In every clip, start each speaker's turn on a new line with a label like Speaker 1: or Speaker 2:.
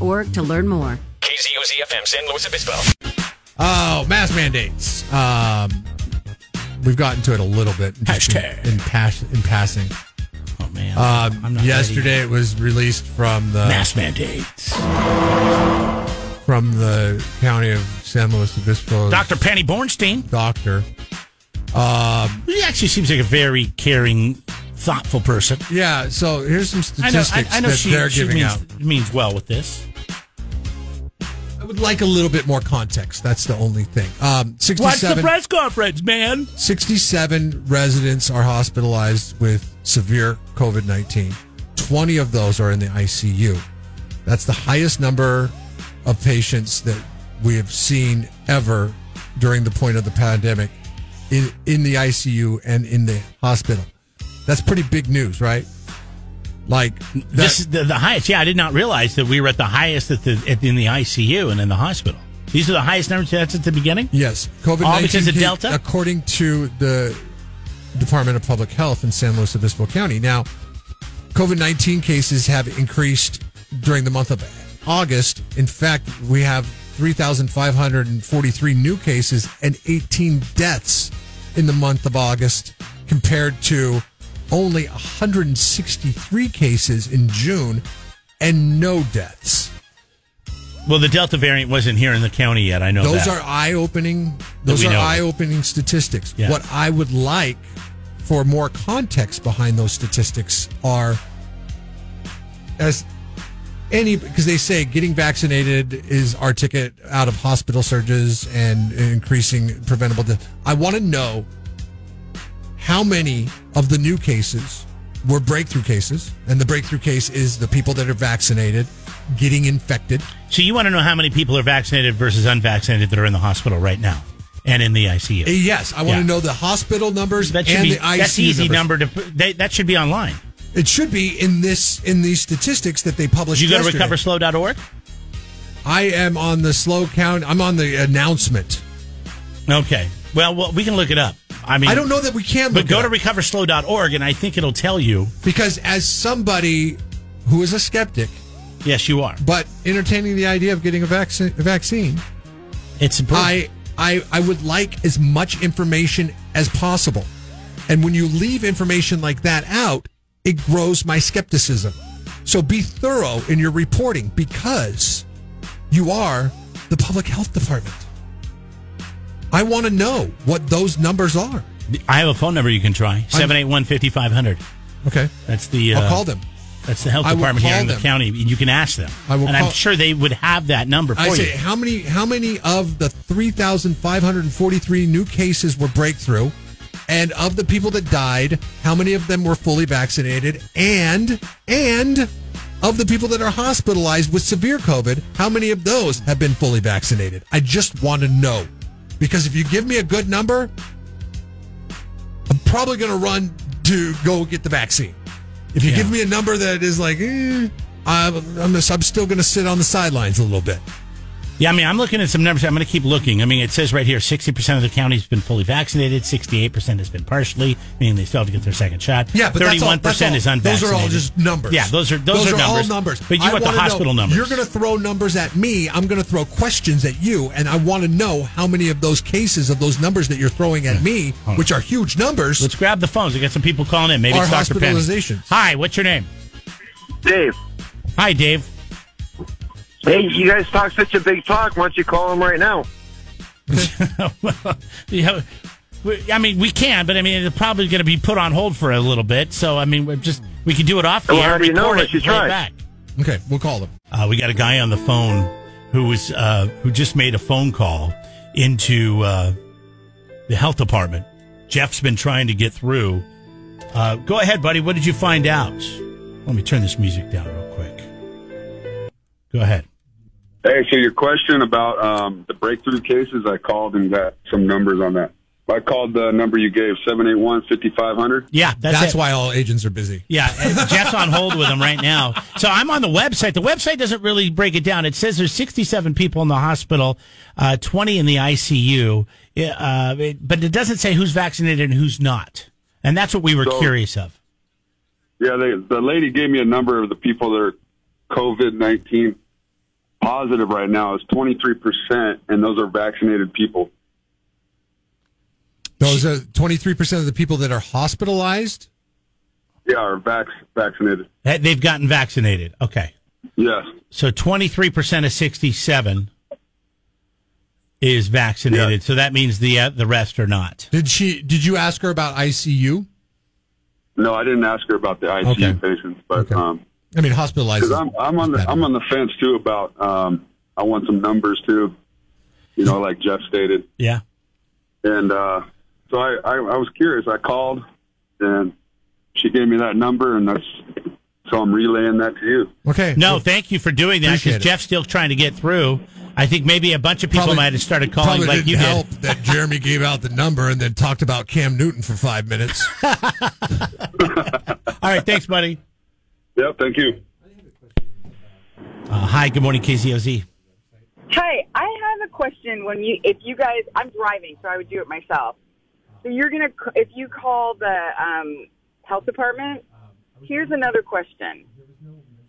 Speaker 1: org to learn more.
Speaker 2: KZOZ FM, San Luis Obispo.
Speaker 3: Oh, mask mandates. Um, we've gotten to it a little bit. just
Speaker 4: Hashtag.
Speaker 3: In, in, pas- in passing.
Speaker 4: Oh man, I'm
Speaker 3: Um,
Speaker 4: not ready.
Speaker 3: yesterday it was released from the
Speaker 4: mask mandates.
Speaker 3: from the county of San Luis Obispo.
Speaker 4: Dr. Penny Bornstein.
Speaker 3: Doctor.
Speaker 4: He actually seems like a very caring, thoughtful person.
Speaker 3: Yeah. So here's some
Speaker 4: I know.
Speaker 3: statistics
Speaker 4: I, I know
Speaker 3: that
Speaker 4: she,
Speaker 3: they're
Speaker 4: she
Speaker 3: giving
Speaker 4: means,
Speaker 3: out.
Speaker 4: means well with this.
Speaker 3: I would like a little bit more context. That's the only thing. Um,
Speaker 4: Watch the
Speaker 3: 67,
Speaker 4: press conference, man.
Speaker 3: 67 residents are hospitalized with severe COVID 19. 20 of those are in the ICU. That's the highest number of patients that we have seen ever during the point of the pandemic in, in the ICU and in the hospital. That's pretty big news, right? Like, that,
Speaker 4: this is the, the highest. Yeah, I did not realize that we were at the highest at the at, in the ICU and in the hospital. These are the highest numbers. That's at the beginning.
Speaker 3: Yes, COVID
Speaker 4: All
Speaker 3: nineteen.
Speaker 4: because of Delta?
Speaker 3: according to the Department of Public Health in San Luis Obispo County. Now, COVID nineteen cases have increased during the month of August. In fact, we have three thousand five hundred and forty three new cases and eighteen deaths in the month of August, compared to only one hundred and sixty three cases in June and no deaths.
Speaker 4: Well, the Delta variant wasn't here in the county yet. I know
Speaker 3: those
Speaker 4: that.
Speaker 3: are eye-opening those
Speaker 4: we
Speaker 3: are
Speaker 4: know of.
Speaker 3: eye-opening statistics
Speaker 4: Yeah.
Speaker 3: what i would like for more context behind those statistics are as any because they say getting vaccinated is our ticket out of hospital surges and increasing preventable death. i want to know how many of the new cases were breakthrough cases and the breakthrough case is the people that are vaccinated getting infected
Speaker 4: so you want to know how many people are vaccinated versus unvaccinated that are in the hospital right now and in the ICU?
Speaker 3: Uh, Yes, I want
Speaker 4: Yeah.
Speaker 3: to know the hospital numbers
Speaker 4: that should
Speaker 3: and
Speaker 4: be
Speaker 3: the ICU
Speaker 4: that's easy
Speaker 3: numbers.
Speaker 4: number to put- they, that should be online.
Speaker 3: It should be in this in these statistics that they published.
Speaker 4: You go to
Speaker 3: yesterday.
Speaker 4: recoverslow.org.
Speaker 3: I am on the slow count. I'm on the announcement.
Speaker 4: Okay. Well, well, we can look it up. I mean,
Speaker 3: I don't know that we can,
Speaker 4: But
Speaker 3: look
Speaker 4: go
Speaker 3: it
Speaker 4: to
Speaker 3: up.
Speaker 4: recoverslow.org and I think it'll tell you.
Speaker 3: because as somebody who is a skeptic
Speaker 4: Yes, you are.
Speaker 3: but entertaining the idea of getting a vaccine, a vaccine,
Speaker 4: It's important.
Speaker 3: I I I would like as much information as possible. And when you leave information like that out, it grows my skepticism. So be thorough in your reporting because you are the public health department. I want to know what those numbers are.
Speaker 4: I have a phone number you can try 781 5500.
Speaker 3: Okay.
Speaker 4: That's the. uh,
Speaker 3: I'll call them.
Speaker 4: That's the health
Speaker 3: I will
Speaker 4: department here
Speaker 3: call
Speaker 4: in the
Speaker 3: them.
Speaker 4: county. You can ask them.
Speaker 3: I will
Speaker 4: and I'm
Speaker 3: call-
Speaker 4: sure they would have that number for
Speaker 3: I
Speaker 4: you.
Speaker 3: say how many how many of the 3,543 new cases were breakthrough and of the people that died how many of them were fully vaccinated and and of the people that are hospitalized with severe covid how many of those have been fully vaccinated I just want to know because if you give me a good number I'm probably going to run to go get the vaccine if you
Speaker 4: Yeah.
Speaker 3: give me a number that is like eh, I'm, I'm, just, I'm still going to sit on the sidelines a little bit
Speaker 4: Yeah, I mean, I'm looking at some numbers. I'm going to keep looking. I mean, it says right here 60% of the county's been fully vaccinated, 68% has been partially, meaning they still have to get their second shot.
Speaker 3: Yeah, but
Speaker 4: 31%
Speaker 3: that's all, that's all-
Speaker 4: is unvaccinated.
Speaker 3: Those are all just numbers.
Speaker 4: Yeah, those are those, are, numbers.
Speaker 3: all numbers.
Speaker 4: But you
Speaker 3: I
Speaker 4: want the
Speaker 3: wanna know-
Speaker 4: hospital numbers.
Speaker 3: You're going to throw numbers at me. I'm going to throw questions at you, and I want to know how many of those cases of those numbers that you're throwing at me,
Speaker 4: Hold on.
Speaker 3: which are huge numbers.
Speaker 4: Let's grab the phones. We got some people calling in. Maybe
Speaker 3: Our
Speaker 4: it's Dr. Penn.
Speaker 3: hospitalizations.
Speaker 4: Hi, what's your name?
Speaker 5: Dave,
Speaker 4: Hi, Dave.
Speaker 5: hey, you guys talk such a big talk. Why don't you call him right now?
Speaker 4: yeah, we, I mean, we can, but I mean, it's probably going to be put on hold for a little bit. So, I mean, we're just we can do it off the
Speaker 5: Well,
Speaker 4: air.
Speaker 5: how do you know
Speaker 4: record
Speaker 5: unless
Speaker 4: it,
Speaker 5: you
Speaker 4: play it
Speaker 5: try?
Speaker 4: back.
Speaker 3: okay, we'll call them.
Speaker 4: Uh, we got a guy on the phone who was uh, who just made a phone call into uh, the health department. Jeff's been trying to get through. Uh, go ahead, buddy. What did you find out? Let me turn this music down real quick. Go ahead.
Speaker 6: Hey, so your question about um, the breakthrough cases, I called and got some numbers on that. I called the number you gave, 781 5500.
Speaker 4: Yeah, that's,
Speaker 3: That's,
Speaker 4: it.
Speaker 3: why all agents are busy.
Speaker 4: Yeah, and Jeff's on hold with him right now. So I'm on the website. The website doesn't really break it down. It says there's 67 people in the hospital, uh, 20 in the ICU, uh, it- but it doesn't say who's vaccinated and who's not. And that's what we were
Speaker 6: So-
Speaker 4: curious of.
Speaker 6: Yeah, they, the lady gave me a number of the people that are COVID 19 positive right now is 23%, and those are vaccinated people.
Speaker 3: Those are 23% of the people that are hospitalized.
Speaker 6: Yeah, are vac- vaccinated.
Speaker 4: That They've gotten vaccinated. Okay.
Speaker 6: Yes.
Speaker 4: So 23% of 67 is vaccinated. So that means the uh, the rest are not.
Speaker 3: Did she? Did you ask her about ICU?
Speaker 6: No, I didn't ask her about the ICU
Speaker 3: Okay.
Speaker 6: patients, but
Speaker 3: Okay.
Speaker 6: um
Speaker 3: I mean, hospitalized.
Speaker 6: because I'm I'm on the I'm on the fence too about um, I want some numbers too, you know, like Jeff stated,
Speaker 4: Yeah.
Speaker 6: and uh, so I, I I was curious. I called, and she gave me that number, and that's so I'm relaying that to you.
Speaker 3: okay.
Speaker 4: No, thank you for doing that
Speaker 3: Appreciate
Speaker 4: because
Speaker 3: it.
Speaker 4: Jeff's still trying to get through. I think maybe a bunch of people might have started calling
Speaker 3: probably
Speaker 4: like
Speaker 3: didn't
Speaker 4: you
Speaker 3: help
Speaker 4: did.
Speaker 3: that Jeremy gave out the number and then talked about Cam Newton for five minutes.
Speaker 4: All right. Thanks, buddy.
Speaker 6: Yep, thank you.
Speaker 4: Uh, hi. Good morning, KZOZ.
Speaker 1: Hi, I have a question. When you, if you guys, I'm driving, so I would do it myself. So you're gonna, c- if you call the um, health department. Here's another question.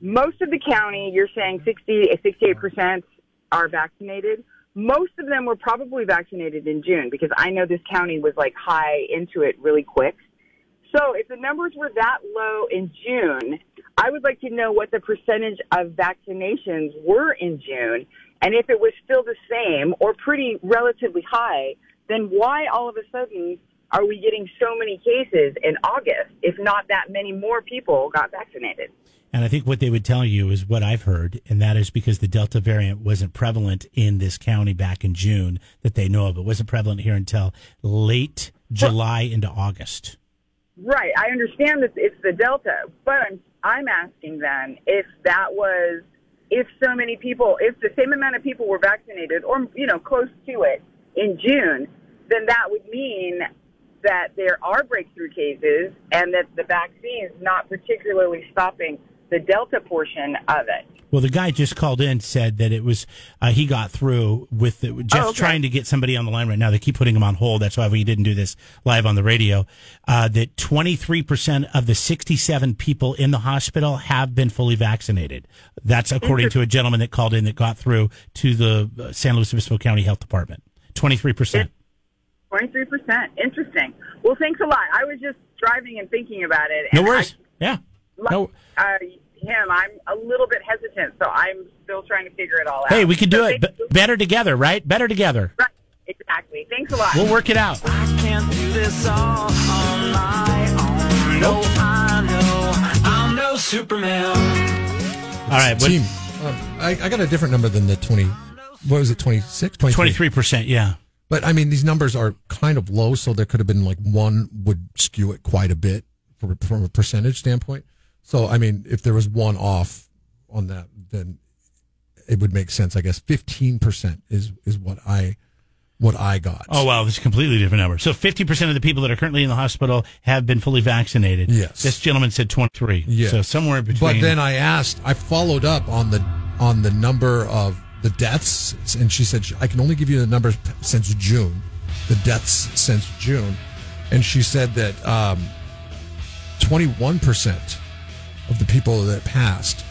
Speaker 1: Most of the county, you're saying 60, 68 percent are vaccinated. Most of them were probably vaccinated in June because I know this county was like high into it really quick. So if the numbers were that low in June, I would like to know what the percentage of vaccinations were in June. And if it was still the same or pretty relatively high, then why all of a sudden are we getting so many cases in August if not that many more people got vaccinated?
Speaker 4: And I think what they would tell you is what I've heard, and that is because the Delta variant wasn't prevalent in this county back in June that they know of. It wasn't prevalent here until late July into August.
Speaker 1: Right. I understand that it's the Delta, but I'm I'm asking then if that was if so many people, if the same amount of people were vaccinated or you know close to it in June, then that would mean that there are breakthrough cases and that the vaccine is not particularly stopping the Delta portion of it.
Speaker 4: Well, the guy just called in said that it was uh, he got through with the, Jeff's
Speaker 1: Oh, okay.
Speaker 4: trying to get somebody on the line right now. They keep putting him on hold. That's why we didn't do this live on the radio. Uh, that twenty three percent of the sixty seven people in the hospital have been fully vaccinated. That's according to a gentleman that called in that got through to the uh, San Luis Obispo County Health Department. Twenty three percent.
Speaker 1: Twenty-three percent. Interesting. Well, thanks a lot. I was just driving and thinking about it.
Speaker 4: No
Speaker 1: and I
Speaker 4: worries. Yeah.
Speaker 1: like
Speaker 4: No.
Speaker 1: uh, him, I'm a little bit hesitant, so I'm still trying to figure it all out.
Speaker 4: Hey, we can do
Speaker 1: So
Speaker 4: it
Speaker 1: thank
Speaker 4: b- better together, right? Better together.
Speaker 1: Right. Exactly. Thanks a lot.
Speaker 4: We'll work it out.
Speaker 7: I can't do this all on my own. No, I know I'm no Superman.
Speaker 4: All right.
Speaker 3: Team, um, I, I got a different number than the 20. What was it, 26? 23.
Speaker 4: Twenty three percent. Yeah.
Speaker 3: But I mean, these numbers are kind of low, so there could have been like one would skew it quite a bit from, from a percentage standpoint. So, I mean, if there was one off on that, then it would make sense, I guess. 15% is, is what I, what I got.
Speaker 4: Oh wow, this is a completely different number. So fifty percent of the people that are currently in the hospital have been fully vaccinated.
Speaker 3: Yes.
Speaker 4: This gentleman said twenty three.
Speaker 3: Yeah.
Speaker 4: So somewhere between
Speaker 3: But then I asked, I followed up on the on the number of the deaths, and she said I can only give you the numbers since June, the deaths since June, and she said that twenty one percent of the people that passed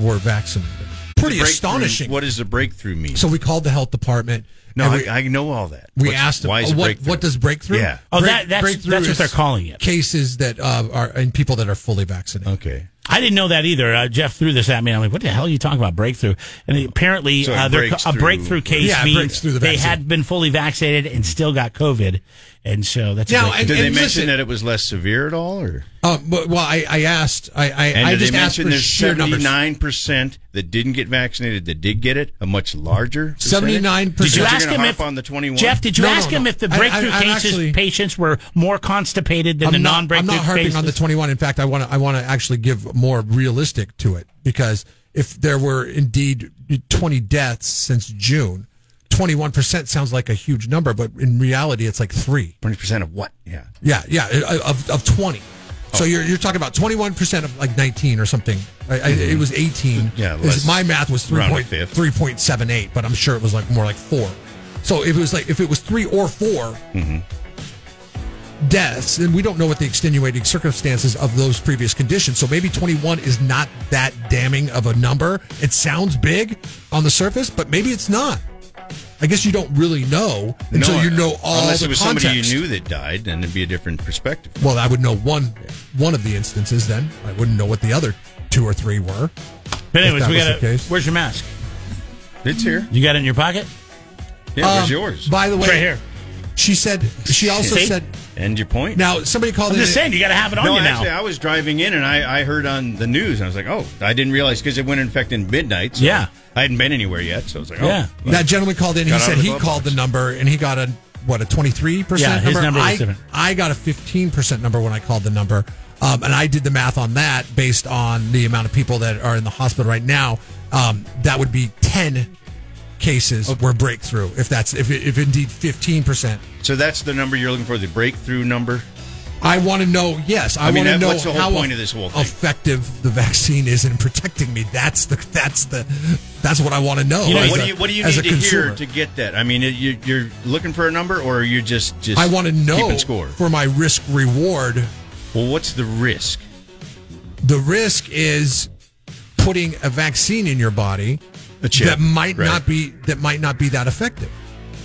Speaker 3: were vaccinated. Pretty
Speaker 8: breakthrough-
Speaker 3: astonishing.
Speaker 8: What does the breakthrough mean?
Speaker 3: so we called the health department.
Speaker 8: no,
Speaker 3: and we,
Speaker 8: I, I know all that.
Speaker 3: we
Speaker 8: What's-
Speaker 3: asked them,
Speaker 8: why is
Speaker 3: "Oh,
Speaker 8: it
Speaker 3: what,
Speaker 8: breakthrough?
Speaker 3: what does breakthrough?
Speaker 8: Yeah.
Speaker 4: Oh, that- that's-
Speaker 3: breakthrough
Speaker 4: that's what
Speaker 3: is
Speaker 4: they're calling it.
Speaker 3: Cases that uh, are in people that are fully vaccinated.
Speaker 8: Okay.
Speaker 4: I didn't know that either. Uh, Jeff threw this at me. I'm like, what the hell are you talking about breakthrough? And apparently,
Speaker 8: So it
Speaker 4: uh, they're-
Speaker 8: breaks
Speaker 4: a
Speaker 8: through-
Speaker 4: breakthrough case
Speaker 3: Yeah, it breaks
Speaker 4: means
Speaker 3: through the
Speaker 4: they
Speaker 3: vaccine.
Speaker 4: had been fully vaccinated and still got COVID, and so that's a
Speaker 3: Now,
Speaker 4: breakthrough.
Speaker 3: And-
Speaker 8: Did they
Speaker 3: and
Speaker 8: mention
Speaker 3: listen-
Speaker 8: that it was less severe at all, or
Speaker 3: Um, but, well, I, I asked. I I,
Speaker 8: and
Speaker 3: I
Speaker 8: did
Speaker 3: just
Speaker 8: they
Speaker 3: asked
Speaker 8: mention
Speaker 3: for
Speaker 8: there's
Speaker 3: sheer
Speaker 8: seventy
Speaker 3: numbers.
Speaker 8: nine percent that didn't get vaccinated that did get it, a much larger
Speaker 3: Seventy nine
Speaker 8: percentage?
Speaker 3: percent.
Speaker 4: did you
Speaker 8: You're
Speaker 4: ask
Speaker 8: gonna
Speaker 4: him
Speaker 8: harp
Speaker 4: if
Speaker 8: on the 21?
Speaker 4: Jeff? Did you
Speaker 3: No, no,
Speaker 4: ask him
Speaker 3: no.
Speaker 4: if the
Speaker 3: I- I-
Speaker 4: breakthrough
Speaker 3: I'm
Speaker 4: cases
Speaker 3: actually-
Speaker 4: patients were more constipated than the
Speaker 3: I'm not,
Speaker 4: non-breakthrough
Speaker 3: I'm not harping
Speaker 4: cases?
Speaker 3: on the 21. In fact, I want to I want to actually give more realistic to it because if there were indeed 20 deaths since June, 21 percent sounds like a huge number, but in reality, it's like three.
Speaker 8: Twenty percent of what? Yeah.
Speaker 3: Yeah, yeah, uh, of of 20. So
Speaker 8: Oh.
Speaker 3: you're you're talking about 21 percent of like 19 or something. I, I, it was 18.
Speaker 8: Mm-hmm. Yeah,
Speaker 3: Is-
Speaker 8: let's
Speaker 3: my math was
Speaker 8: round it
Speaker 3: 3.3.
Speaker 8: fifth.
Speaker 3: 3.78, but I'm sure
Speaker 8: Mm-hmm.
Speaker 3: it was like more like four. So if it was like if it was three or 4 deaths, and we don't know what the extenuating circumstances of those previous conditions. So maybe 21 is not that damning of a number. It sounds big on the surface, but maybe it's not. I guess you don't really know until you know all
Speaker 8: Unless
Speaker 3: the
Speaker 8: it was
Speaker 3: context.
Speaker 8: somebody you knew that died, then it'd be a different perspective.
Speaker 3: Well, I would know one one of the instances. Then I wouldn't know what the other two or three were.
Speaker 4: But anyways,
Speaker 3: that
Speaker 4: we
Speaker 3: was the
Speaker 4: got to.
Speaker 3: case.
Speaker 4: Where's your mask?
Speaker 8: It's here.
Speaker 4: You got it in your pocket?
Speaker 8: Yeah,
Speaker 3: Um,
Speaker 8: where's yours?
Speaker 3: By the way,
Speaker 4: It's right here.
Speaker 3: She said. She also
Speaker 4: See?
Speaker 3: said.
Speaker 8: and your point.
Speaker 3: Now somebody called
Speaker 4: I'm
Speaker 3: in.
Speaker 4: just saying, you got to have it on
Speaker 8: no,
Speaker 4: you now.
Speaker 8: actually, I was driving in and I, I heard on the news. And I was like, oh, I didn't realize because it went in fact in midnight. so
Speaker 4: Yeah.
Speaker 8: I hadn't been anywhere yet, so I was like, oh,
Speaker 4: Yeah.
Speaker 8: well,
Speaker 3: that gentleman called in. He
Speaker 8: Got out
Speaker 3: said
Speaker 8: of the
Speaker 3: he
Speaker 8: glove
Speaker 3: called
Speaker 8: box.
Speaker 3: the number and he got a what a twenty three
Speaker 4: Yeah,
Speaker 3: percent
Speaker 4: his
Speaker 3: number.
Speaker 4: number was
Speaker 3: I,
Speaker 4: different.
Speaker 3: I got a fifteen percent number when I called the number, um, and I did the math on that based on the amount of people that are in the hospital right now. Um, that would be ten cases were breakthrough. If that's if if indeed fifteen percent.
Speaker 8: So that's the number you're looking for, the breakthrough number.
Speaker 3: I want to know. Yes, I,
Speaker 8: I
Speaker 3: want
Speaker 8: mean,
Speaker 3: to
Speaker 8: that-
Speaker 3: know
Speaker 8: what's the whole
Speaker 3: how
Speaker 8: point of this whole thing?
Speaker 3: effective the vaccine is in protecting me. That's the that's the that's what I want to know.
Speaker 4: You know,
Speaker 3: as
Speaker 8: what
Speaker 3: a-
Speaker 8: do you What do you
Speaker 3: as
Speaker 8: need
Speaker 3: a
Speaker 8: to
Speaker 3: consumer.
Speaker 8: hear to get that? I mean, you, you're looking for a number, or are you just just
Speaker 3: I want to know
Speaker 8: keeping score?
Speaker 3: for my risk reward.
Speaker 8: well, what's the risk?
Speaker 3: The risk is putting a vaccine in your body
Speaker 8: A chip,
Speaker 3: that might
Speaker 8: right.
Speaker 3: not be that might not be that effective,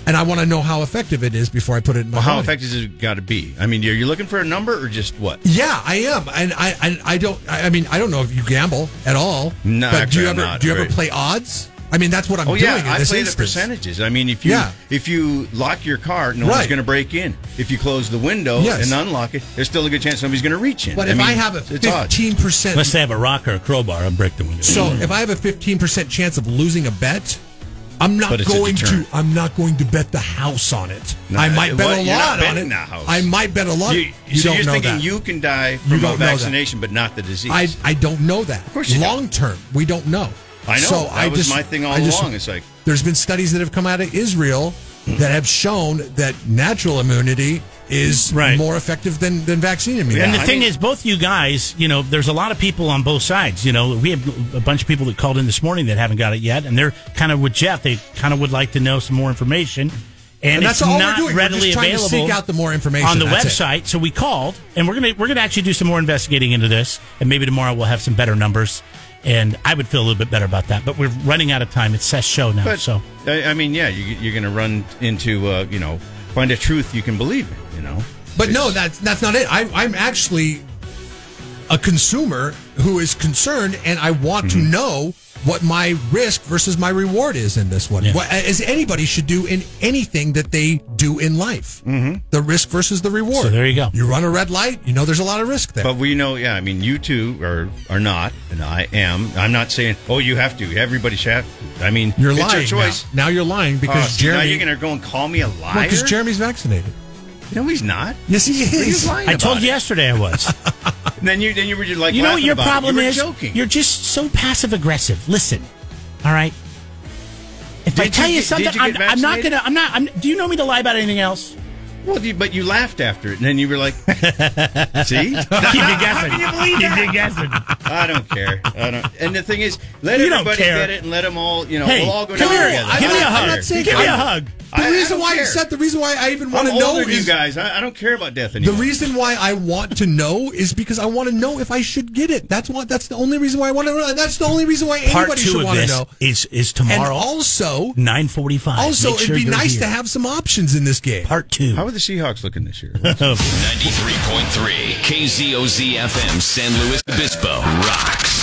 Speaker 3: and I want to know how effective it is before I put it in my
Speaker 8: Well, how
Speaker 3: body.
Speaker 8: effective has it got to be? I mean, are you looking for a number, or just what?
Speaker 3: Yeah, I am, and I I, I don't. I I mean, I don't know if you gamble at all.
Speaker 8: No,
Speaker 3: but do
Speaker 8: actually,
Speaker 3: you
Speaker 8: I'm
Speaker 3: ever
Speaker 8: not,
Speaker 3: do you ever
Speaker 8: right.
Speaker 3: play odds? I mean, that's what I'm
Speaker 8: Oh
Speaker 3: doing.
Speaker 8: yeah,
Speaker 3: in
Speaker 8: I
Speaker 3: this
Speaker 8: play
Speaker 3: instance.
Speaker 8: the percentages. I mean, if you
Speaker 3: Yeah.
Speaker 8: if you lock your car, no one's
Speaker 3: Right.
Speaker 8: going to break in. If you close the window
Speaker 3: Yes.
Speaker 8: and unlock it, there's still a good chance somebody's going to reach in.
Speaker 3: But if
Speaker 8: mean,
Speaker 3: I have a
Speaker 8: it's odds.
Speaker 3: fifteen percent,
Speaker 4: Unless they have a rock or a crowbar, I'll break the window.
Speaker 3: so if I have a fifteen percent chance of losing a bet, I'm not
Speaker 8: But it's a
Speaker 3: going to.
Speaker 8: deterrent.
Speaker 3: I'm not going to bet the house on it.
Speaker 8: No,
Speaker 3: I might bet
Speaker 8: what?
Speaker 3: a
Speaker 8: You're
Speaker 3: lot on
Speaker 8: not betting
Speaker 3: it.
Speaker 8: the house.
Speaker 3: I might bet a lot.
Speaker 8: you,
Speaker 3: You
Speaker 8: so
Speaker 3: don't
Speaker 8: you're
Speaker 3: know
Speaker 8: thinking
Speaker 3: that.
Speaker 8: you can die from
Speaker 3: don't
Speaker 8: a
Speaker 3: know that.
Speaker 8: vaccination, but not the disease.
Speaker 3: I I don't know that.
Speaker 8: course you don't.
Speaker 3: long term, we don't know.
Speaker 8: I know.
Speaker 3: So
Speaker 8: That
Speaker 3: I
Speaker 8: was
Speaker 3: just,
Speaker 8: my thing all
Speaker 3: I just-
Speaker 8: along. It's like-
Speaker 3: there's been studies that have come out of Israel that have shown that natural immunity is
Speaker 4: Right.
Speaker 3: more effective than than vaccine immunity.
Speaker 4: And the
Speaker 8: I
Speaker 4: thing
Speaker 8: mean-
Speaker 4: is, both you guys, you know, there's a lot of people on both sides. You know, we have a bunch of people that called in this morning that haven't got it yet, and they're kind of with Jeff. They kind of would like to know some more information, and,
Speaker 3: And that's
Speaker 4: it's
Speaker 3: all
Speaker 4: not
Speaker 3: we're doing.
Speaker 4: readily
Speaker 3: we're just trying
Speaker 4: available
Speaker 3: to seek out the more information
Speaker 4: on the
Speaker 3: That's it.
Speaker 4: website. So we called, and we're gonna we're gonna actually do some more investigating into this, and maybe tomorrow we'll have some better numbers. And I would feel a little bit better about that, but we're running out of time. It's Seth's show now,
Speaker 8: But
Speaker 4: so
Speaker 8: I, I mean, yeah, you, you're going to run into uh, you know find a truth you can believe in. You know,
Speaker 3: But no,
Speaker 8: It's-
Speaker 3: that's that's not it. I, I'm actually a consumer who is concerned, and I want to
Speaker 8: Mm-hmm.
Speaker 3: know what my risk versus my reward is in this one.
Speaker 4: Yeah.
Speaker 3: What, as anybody should do in anything that they do in life, mm-hmm. the risk versus the reward.
Speaker 4: So there you go.
Speaker 3: You run a red light, you know there's a lot of risk there.
Speaker 8: But we know, yeah. I mean, you two are are not, and I am. I'm not saying, oh, you have to. Everybody should have. To. I mean,
Speaker 3: you're
Speaker 8: it's
Speaker 3: lying
Speaker 8: your choice.
Speaker 3: now. Now you're lying because
Speaker 8: Oh, see, now
Speaker 3: Jeremy.
Speaker 8: you're going to go and call me a liar.
Speaker 3: well, 'cause Jeremy's vaccinated.
Speaker 8: no, he's not.
Speaker 3: Yes, he
Speaker 8: What are you
Speaker 3: is.
Speaker 8: lying
Speaker 4: I told
Speaker 8: about
Speaker 4: you
Speaker 8: it?
Speaker 4: yesterday I was.
Speaker 8: And then you, then you were just like,
Speaker 4: you know what
Speaker 8: laughing
Speaker 4: your
Speaker 8: about it.
Speaker 4: problem
Speaker 8: you were
Speaker 4: is?
Speaker 8: Joking.
Speaker 4: You're just so passive aggressive. Listen, all right. If I
Speaker 8: Did
Speaker 4: tell
Speaker 8: you
Speaker 4: you,
Speaker 8: get-
Speaker 4: something,
Speaker 8: did you
Speaker 4: I'm,
Speaker 8: get
Speaker 4: I'm not
Speaker 8: vaccinated?
Speaker 4: gonna. I'm not. I'm, do you know me to lie about anything else?
Speaker 8: well, you, but you laughed after it, and then you were like, see,
Speaker 4: Keep you guessing. Keep you guessing.
Speaker 8: I don't care. I don't. And the thing is, let
Speaker 4: You don't
Speaker 8: everybody
Speaker 4: care.
Speaker 8: get it, and let them all, you know,
Speaker 4: Hey,
Speaker 8: we'll all go
Speaker 4: come
Speaker 8: down
Speaker 4: here.
Speaker 8: together.
Speaker 4: Give
Speaker 8: I
Speaker 4: me a
Speaker 8: don't
Speaker 4: hug.
Speaker 8: care.
Speaker 4: Give me a hug.
Speaker 3: The
Speaker 8: I- I
Speaker 3: reason
Speaker 8: don't
Speaker 3: why,
Speaker 8: care.
Speaker 3: Seth, the reason why I even
Speaker 8: I'm
Speaker 3: want to know
Speaker 8: older than you
Speaker 3: is
Speaker 8: guys. I, I don't care about death
Speaker 3: The
Speaker 8: anymore.
Speaker 3: reason why I want to know is because I want to know if I should get it. That's what. That's the only reason why I want to know. That's the only reason why
Speaker 4: Part
Speaker 3: anybody
Speaker 4: two
Speaker 3: should
Speaker 4: of
Speaker 3: want to
Speaker 4: this
Speaker 3: know.
Speaker 4: is is
Speaker 3: And
Speaker 4: tomorrow,
Speaker 3: also,
Speaker 4: nine forty-five.
Speaker 3: also,
Speaker 4: Make sure
Speaker 3: it'd be
Speaker 4: you're
Speaker 3: nice
Speaker 4: here.
Speaker 3: to have some options in this game.
Speaker 4: part two.
Speaker 8: How are the Seahawks looking this year?
Speaker 2: 93.3 KZOZ FM San Luis Obispo rocks.